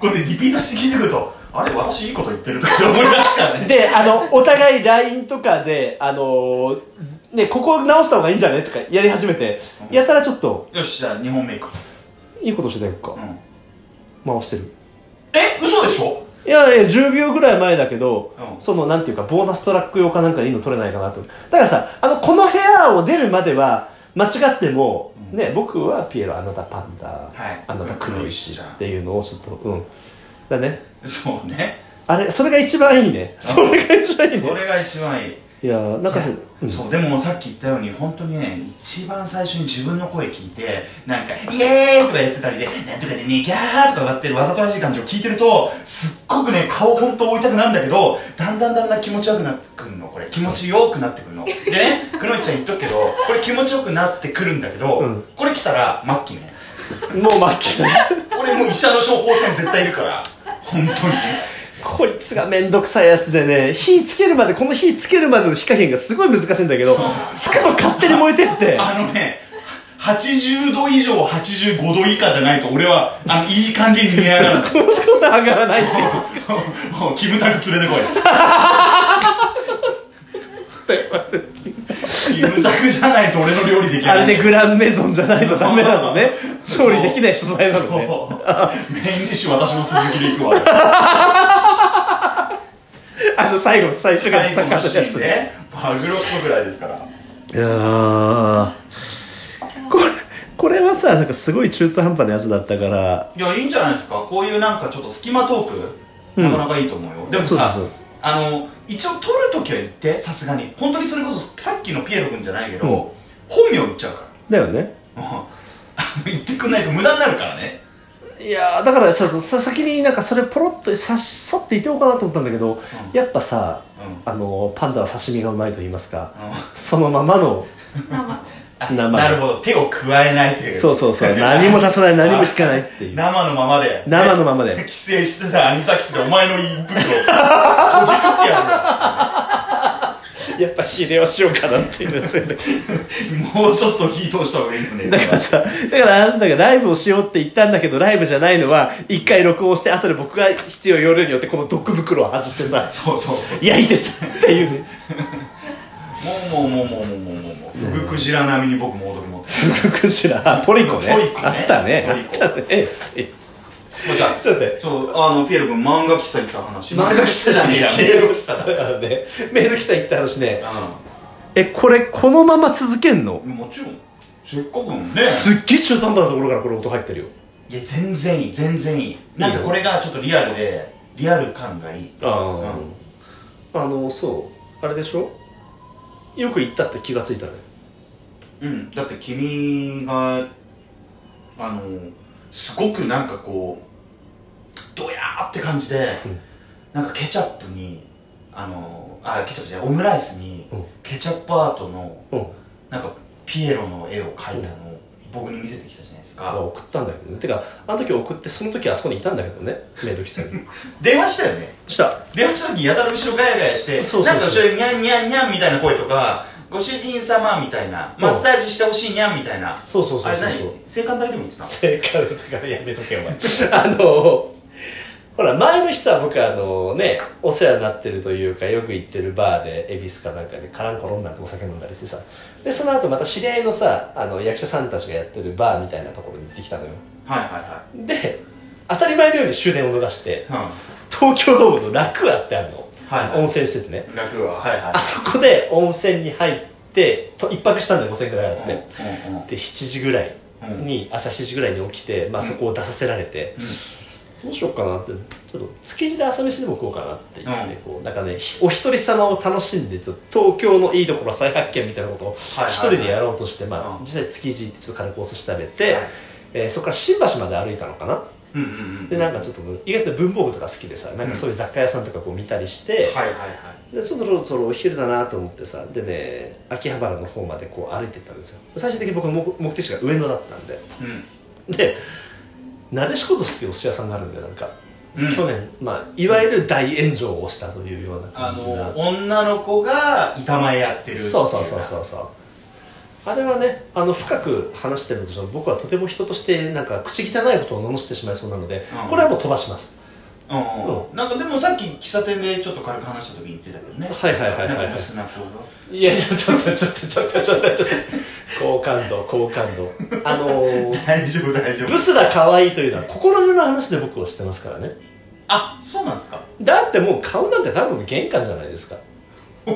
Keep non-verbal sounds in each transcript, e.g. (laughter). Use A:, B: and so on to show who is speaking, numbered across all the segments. A: これリピートして聞いてくるとあれ私いいこと言ってるとかって思いますからね
B: (laughs) で、あの、お互い LINE とかで、あのーね、ここ直した方がいいんじゃねとかやり始めて、やったらちょっと、
A: よしじゃあ2本目いく、
B: いいことしてたよか
A: う。ん、
B: 回してる。
A: え嘘でしょ
B: いやいや、10秒ぐらい前だけど、
A: うん
B: その、なんていうか、ボーナストラック用かなんかでいいの取れないかなと。だからさ、あの、この部屋を出るまでは、間違っても、
A: うん
B: ね、僕はピエロ、あなたパンダ、
A: い
B: あなた黒
A: 黒
B: い
A: い
B: し
A: し
B: っていうのをちょっと、うん。だね。
A: そうね
B: あれ、それが一番いいね。それが一番い
A: (laughs)
B: い
A: そ
B: ね。
A: れが一番いい
B: いやーなんかさ、
A: いや
B: うん
A: そうでももうさっき言ったように本当にね一番最初に自分の声聞いてなんか「イエーイ!」とかやってたりで「なんとかでねギャー!」とか上がってるわざとらしい感じを聞いてるとすっごくね顔本当追いたくなるんだけどだんだんだんだん気持ちよくなってくるのこれ気持ちよくなってくるのでねくのいちゃん言っとくけどこれ気持ちよくなってくるんだけど、
B: うん
A: これ来たら末期ね
B: もう巻きだ。
A: これもう医者の処方箋絶対いるから本当に
B: こいつがめんどくさいやつでね、火つけるまで、この火つけるまでの火加減がすごい難しいんだけど
A: そう、
B: つくと勝手に燃えてって、
A: あのね、80度以上、85度以下じゃないと、俺は、あの、いい感じに見え上がらない。
B: そんな上がらないっていう。
A: もう、キムタク連れてこい。キムタクじゃないと俺の料理できない。
B: あれでグランメゾンじゃないとダメなの (laughs) ね。調理できない素材なのね。
A: そうメインディッシュ私も鈴木で行くわ。
B: あの最後、最初が
A: 最
B: 下
A: 後
B: から
A: の
B: やつ
A: シーン
B: ね。
A: ね。マグロっ子ぐらいですから。
B: いやーこれ、これはさ、なんかすごい中途半端なやつだったから、
A: いや、いいんじゃないですか。こういうなんかちょっと隙間トーク、なかなかいいと思うよ。でも
B: そうそう
A: さ
B: そう、
A: あの、一応撮るときは言って、さすがに。本当にそれこそ、さっきのピエロ君じゃないけど、
B: うん
A: 本名言っちゃうか
B: だよね。
A: ら。もう (laughs) あの言ってくんないと無駄になるからね。
B: いやーだからささ先になんかそれポロッとささって言っておこうかなと思ったんだけど、やっぱさ
A: うん
B: あのーパンダは刺身がうまいと言いますか、
A: うん
B: そのままの
C: 生
A: あ
B: 生
A: なるほど、手を加えないという。
B: そうそうそう何も出さない何も引かないってい
A: (laughs)
B: う
A: 生のままで。
B: 生のままで
A: 帰省してたアニサキスでお前の一服を、こじくってやるんだ。
B: やっぱ秀吉しようかなっていうのが強いんだけど
A: もうちょっと火通した方がいいよね。
B: だからさだからなんだかライブをしようって言ったんだけどライブじゃないのは一回録音して後で僕が必要要領によってこのドッグ袋を外してさ
A: そうそうそう。
B: 焼いてさっていうね
A: もうもうもうもうもうもうもうフグクジラ並みに僕も踊り持ってる
B: 福クジラあトリコね
A: トリコね
B: あったね
A: トリコ
B: あったねええ
A: もうじゃあ
B: ちょっと待って
A: そうあのピエロ君漫画喫茶行った話
B: 漫画喫茶じ (laughs) ゃねえや
A: ピエロ喫茶だ
B: あのね、メイド来た言った話ね。
A: う
B: え、これ、このまま続けんの
A: んもちろんせっかくなんね
B: すっげえ中途半端なところからこれ音入ってるよ。
A: いや全然いい全然いいなんかこれがちょっとリアルでリアル感がいい
B: ああ、あの、そう。あれでしょよく言ったって気がついたね。
A: うんだって君があのすごくなんかこうドヤーって感じで、
B: うん
A: なんかケチャップにあのあケチャップじゃないオムライスに、
B: うん
A: ケチャップアートの
B: うん。
A: なんかピエロの絵を描いたのを僕に見せてきたじゃないです
B: あ
A: か、
B: 送ったんだけどね。てか、あの時送って、その時あそこにいたんだけ
A: (laughs)
B: どね。メイド喫茶に。
A: 電話したよね
B: した。
A: 電話した時やたら後ろガヤガヤして
B: そうそ
A: な
B: うそう
A: んか後ろにニャンニャンニャンみたいな声とかご主人様みたいなマッサージしてほしいニャンみたいな
B: そうそうそうそう
A: あれ
B: そう
A: 何性感帯でも言ってたの
B: 正解だからやめとけお前 (laughs) あのほら前の日さ僕あのねお世話になってるというかよく行ってるバーで恵比寿かなんかでカランコロンなんてお酒飲んだりしてさでその後また知り合いのさあの役者さんたちがやってるバーみたいなところに行ってきたのよ
A: はいは
B: で当たり前のように終電を逃して
A: いはい
B: 東京ドームの楽アってあるの、
A: はいはい
B: 温泉施設ね
A: うん楽ははいはい
B: あそこで温泉に入ってと一泊したんだよ5000円ぐらいあって、
A: うんうんうん
B: で7時ぐらいに、朝7時ぐらいに起きて、まあ、そこを出させられて、どうしようかなってちょっと築地で朝飯でも食おうかなって言って、
A: うん
B: こうなんかねひお一人様を楽しんでちょっと東京のいいところ再発見みたいなことを
A: はいはい
B: 一人でやろうとして、まあ
A: うん
B: 実際築地行ってちょっと軽くお寿司食べて、
A: はい
B: えーそこから新橋まで歩いたのかな
A: うんうんうん
B: でなんかちょっと意外と文房具とか好きでさなんかそういう雑貨屋さんとかこう見たりして、
A: はいはいはい
B: でそろそろお昼だなと思ってさでね秋葉原の方までこう歩いてったんですよ最終的に僕の目目的地が上野だったんで
A: うん
B: でなでしこ寿司っていうお寿司屋さんがあるんだよなんか、
A: うん
B: 去年、まあ、いわゆる大炎上をしたというような
A: あ
B: 感じな
A: の女の子が板前やってるってい
B: そうそうそうそうそうあれはね、あの、深く話してるとしても、僕はとても人として、なんか、口汚いことを罵ってしまいそうなので
A: う、ん
B: これはもう飛ばします。
A: うん、なんかでもさっき喫茶店でちょっと軽く話した時に言ってたけどね
B: はいはいはいはい
A: なんかブスな子が
B: いや、ちょっと、ちょっと、ちょっと、ちょっと、ちょっと、好感度、好感度。あのー、
A: 大丈夫大丈夫
B: ブスが可愛いというのは、心根の話で僕はしてますからね。
A: あそうなんですか
B: だってもう顔なんて多分玄関じゃないですか。
A: (laughs)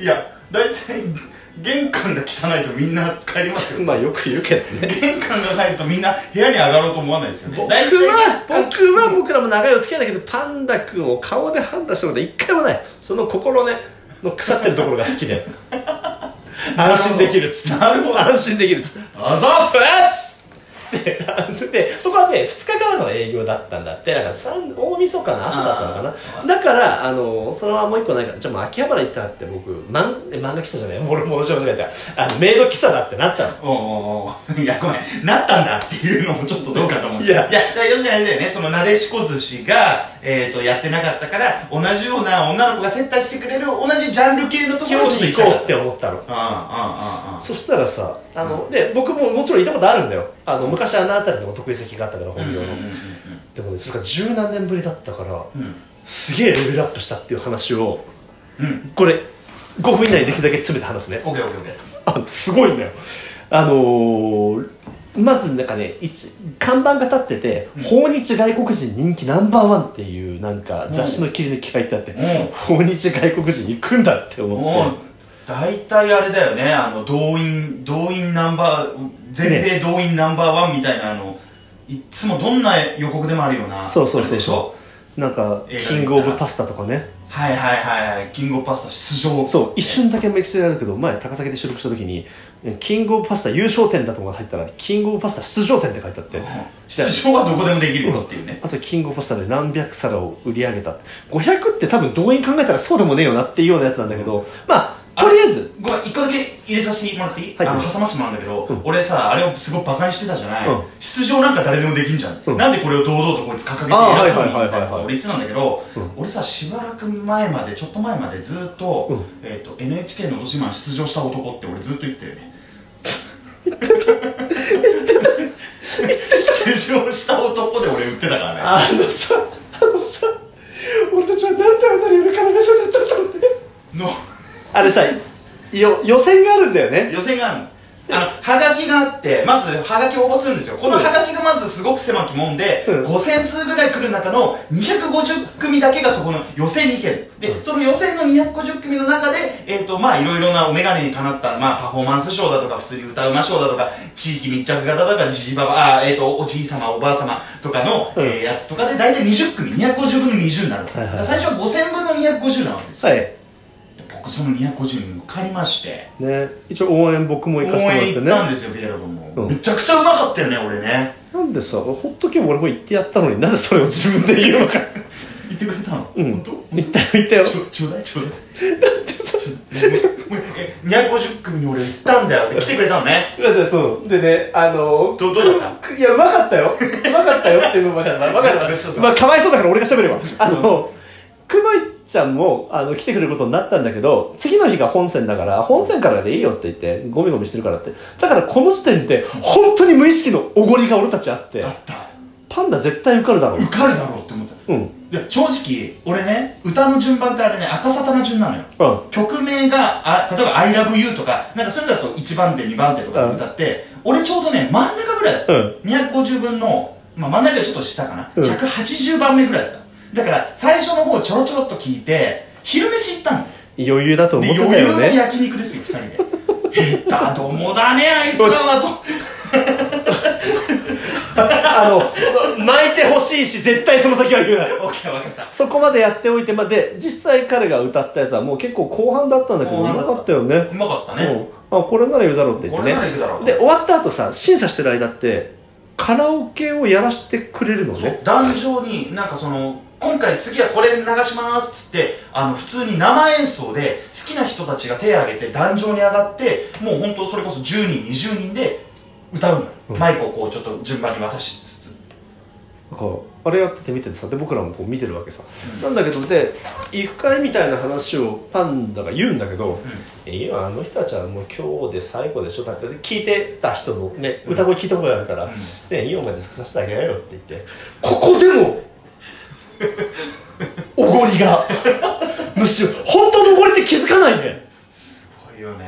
A: いや大体玄関が汚いとみんな帰りますよ
B: まあよく言うけどね。
A: 玄関が入るとみんな部屋に上がろうと思わないですよね
B: 僕
A: 大体
B: は、僕は僕らも長いお付き合いだけど、パンダ君を顔で判断したことは一回もない。その心ね、の腐ってるところが好き
A: (laughs)
B: で。安心できるっつって。
A: なるほど
B: 安心できるっつって。
A: あざっす
B: ででそこはね2日からの営業だったんだってだから三大晦日の朝だったのかなだからあのそのままもう一個なんかじゃあもう秋葉原行ったって僕マンえ漫画喫茶じゃない俺もし間違えたあのメイド喫茶だってなったの
A: おうおうおういやごめんなったんだっていうのもちょっとどうかと思って
B: いや
A: いやだから要するにあれだよねそのなでしこ寿司が、えー、とやってなかったから同じような女の子が接待してくれる同じジャンル系のとこ
B: 気
A: ろ
B: 持
A: に
B: ち
A: 行
B: 行こうっ
A: って
B: 思った
A: う
B: の
A: んうんうんうん
B: そしたらさあの、で僕ももちろん行ったことあるんだよあの昔あの辺りのお得意先があったから本
A: うんうん
B: 業の、
A: うんうん
B: でもねそれが十何年ぶりだったから、
A: ん
B: すげえレベルアップしたっていう話を
A: うん
B: これ5分以内にできるだけ詰めて話すね
A: オッケーオッケーオッケー
B: あのすごいんだよあのーまずなんかね一看板が立ってて「訪日外国人人気ナンバーワン」っていうなんか雑誌の切り抜きが書いてあって
A: うん
B: 訪日外国人行くんだって思
A: も
B: っ
A: う大体あれだよねあの動員動員ナンバー全米動員ナンバーワンみたいなあのいっつもどんな予告でもあるような
B: てそうそう
A: あ
B: そ
A: れ
B: う
A: でしょ
B: そうなんか「
A: 映画
B: キングオブパスタ」とかね
A: はいはいはいはいキングオブパスタ出場
B: そう一瞬だけメキシコにあるけど前高崎で収録した時に「キングオブパスタ優勝点」だとか入ったら「キングオブパスタ出場点」って書いてあって
A: 出場はどこでもできるよっていうね
B: あとキングオブパスタで何百皿を売り上げたって500って多分動員考えたらそうでもねえよなっていうようなやつなんだけど、まあとりあえず
A: ごめん一個だけ入れさせてもらっていい、
B: はい
A: あの挟ましてもらうんだけど、俺さあれをすごいバカにしてたじゃない、
B: うん
A: 出場なんか誰でもできんじゃん、
B: うん
A: なんでこれを堂々とこいつ掲げて
B: あー
A: 偉そうに
B: は
A: み
B: いはいは
A: た
B: い
A: い
B: はい
A: な
B: はい
A: 俺言ってたんだけど、
B: うん
A: 俺さしばらく前までちょっと前までずっと,、
B: うん
A: えー、と NHK の「のど自慢」出場した男って俺ずっと言ってたよ
B: (laughs)
A: ね出場した男で俺言ってたからね
B: あのさあのさ俺たちはなんであんなに上から目線だったんだね
A: の
B: あれさよ予選があるんだよね
A: 予選があるのあのはがきがあってまずはがきを応募するんですよこのはがきがまずすごく狭きもんで、
B: うん
A: 5000通ぐらい来る中の250組だけがそこの予選に行けるで、その予選の250組の中でえっ、とまあいろいろなお眼鏡にかなった、まあ、パフォーマンス賞だとか普通に歌うま賞だとか地域密着型だとかじいばばあ、えー、とおじい様おばあ様とかの、
B: うん
A: えーやつとかで大体20組250分の20になる、
B: いはい
A: だから最初は5000分の250なわけですよ
B: はい
A: で僕その250に受かりまして
B: ね一応応援僕も行かせ
A: 応援
B: て
A: 行っ
B: もら
A: た
B: っ
A: んで
B: てね
A: すよ、ビエラボンも。
B: うん
A: めちゃくちゃうまかったよね、俺ね。
B: なんでさほっとけば俺も行ってやったのになぜそれを自分で言うのか
A: 言ってくれたの
B: うん
A: 本当
B: 行ったよ行ったよ
A: ちょ、ちょうだい、ちょうだい。もうえ250組に俺行ったんだよって来てくれたのね。
B: いやじゃあそうでねあのー、
A: どどうだっ
B: くいやうまかったようまかったよっていうのも分かった分かっ
A: めっちゃそ
B: た、
A: う
B: まあ、かわいそうだから俺が喋ればあのくのいちゃんもあの来てくれることになったんだけど次の日が本線だから本線からでいいよって言ってゴミゴミしてるからってだからこの時点で本当に無意識のおごりが俺たちあって
A: あった。
B: パンダ絶対受かるだ
A: (laughs)
B: ろう
A: 受かるだろうって思った。
B: うんうん
A: で正直、俺ね、歌の順番ってあれね、赤沙汰の順なのよ。
B: あ
A: 曲名が、あ例えば、I love you とか、なんかそれだと1番手、2番手とかで歌って、俺ちょうどね、真ん中ぐらいだった。
B: うん
A: 250分の、まあ、真ん中よりちょっと下かな、
B: うん
A: 180番目ぐらいだった。だから、最初の方ちょろちょろっと聞いて、昼飯行ったの。
B: 余裕だと思って
A: で、
B: たよ
A: 余裕の
B: ね
A: 焼肉ですよ、二人で。下手どもだね、あいつらは
B: (laughs)
A: と。
B: あの巻いてほしいし絶対その先は言うな
A: オッケー、わかった。
B: そこまでやっておいて、まあ、で実際彼が歌ったやつはもう結構後半だったんだけどう
A: 後半
B: ま
A: だった
B: かったよね
A: うまかったね。
B: うんあこれなら言うだろうって言っ
A: これ
B: て
A: なら
B: ね
A: 行くだろう。
B: で終わった後さ審査してる間ってカラオケをやらせてくれるの
A: そう
B: ね
A: 壇上になんかその今回次はこれ流しますっつってあの普通に生演奏で好きな人たちが手を挙げて壇上に上がってもう本当それこそ10人20人で歌うのよ、
B: うん
A: マイクをこうちょっと順番に渡しつつ
B: なんかあれやってて見ててさで僕らもこう見てるわけさ、なんだけどで行くかいみたいな話をパンダが言うんだけど、いやあの人たちはもう今日で最後でしょだって聞いてた人の、ね、歌声聞いたことあるから、ね、いいお前で作させてあげなよって言ってここでもおごりが (laughs) むしろ本当のおごりって気づかないね
A: すごいよね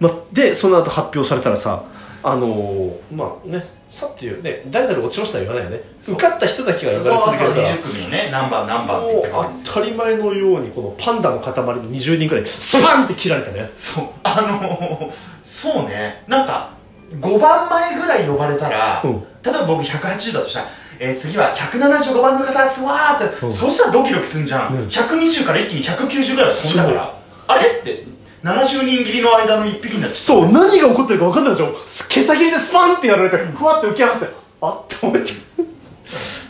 B: ま、でその後発表されたらさあのーまあねさっていうね誰々落ちましたは言わないよね受かった人だけが
A: そう
B: 言
A: そ
B: わ
A: う
B: れ続け
A: そう
B: るから
A: 20組にね何番何番って言
B: も
A: ってくる
B: う
A: んですよ
B: 当たり前のようにこのパンダの塊の20人ぐらいスパンって切られたね
A: そうあのー、そうねなんか5番前ぐらい呼ばれたら、
B: うん
A: 例えば僕180だとしたら、えー次は175番の方ですわーって、
B: うん
A: そうしたらドキドキすんじゃん、
B: うん
A: 120から一気に190ぐらい飛んだからあれって70人切りの間の1匹になっち
B: そう何が起こってるか分かんないでしょ毛先でスパンってやられてふわって浮き上がってあって思って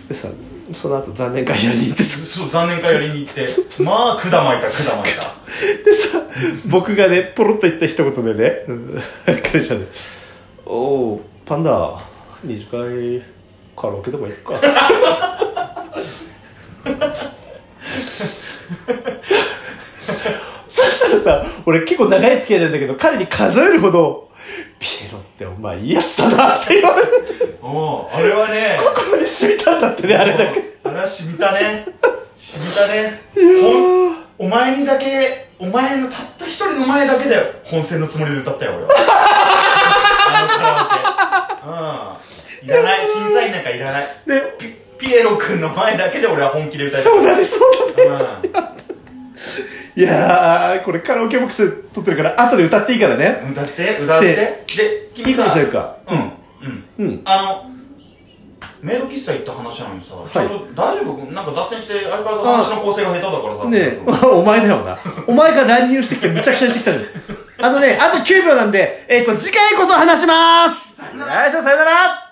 B: でさその後残念会やりに行って
A: ゃ
B: さ
A: うそう残念会寄りに行って
B: (laughs)
A: まあ管巻いた管巻いた
B: でさ僕がねポロッと言った一言でねうん (laughs) 会社で「おおパンダ二次会カラオケでも行くか」 (laughs) そしたらさ俺結構長い付き合いなんだけど彼に数えるほど「ピエロってお前いいやつだな」って言われて
A: おうあれはね
B: 心に染みたんだってねあれだけ
A: あれはしみたねしみたねほんお前にだけお前のたった一人の前だけで本戦のつもりで歌ったよ俺
B: (laughs)
A: はあのカラオケうんいらない審査員なんかいらない
B: で
A: ピピエロ君の前だけで俺は本気で歌いたい
B: そうだねそうだね
A: う
B: いやーこれカラオケボックス撮ってるから後で歌っていいからね
A: ん歌って歌ってで君
B: いく
A: さ
B: にしてるか
A: うんうん
B: うん
A: あのメイド喫茶行った話なのにさ、
B: い
A: ちょっと大丈夫なんか脱線して相変わらず話の構成が下手だからさ
B: ねえ、 (laughs) お前だよな。お前が乱入してきてむちゃくちゃにしてきたのに。あのね、あと9秒なんで、えっ、と、次回こそ話しますよいしょ、さよなら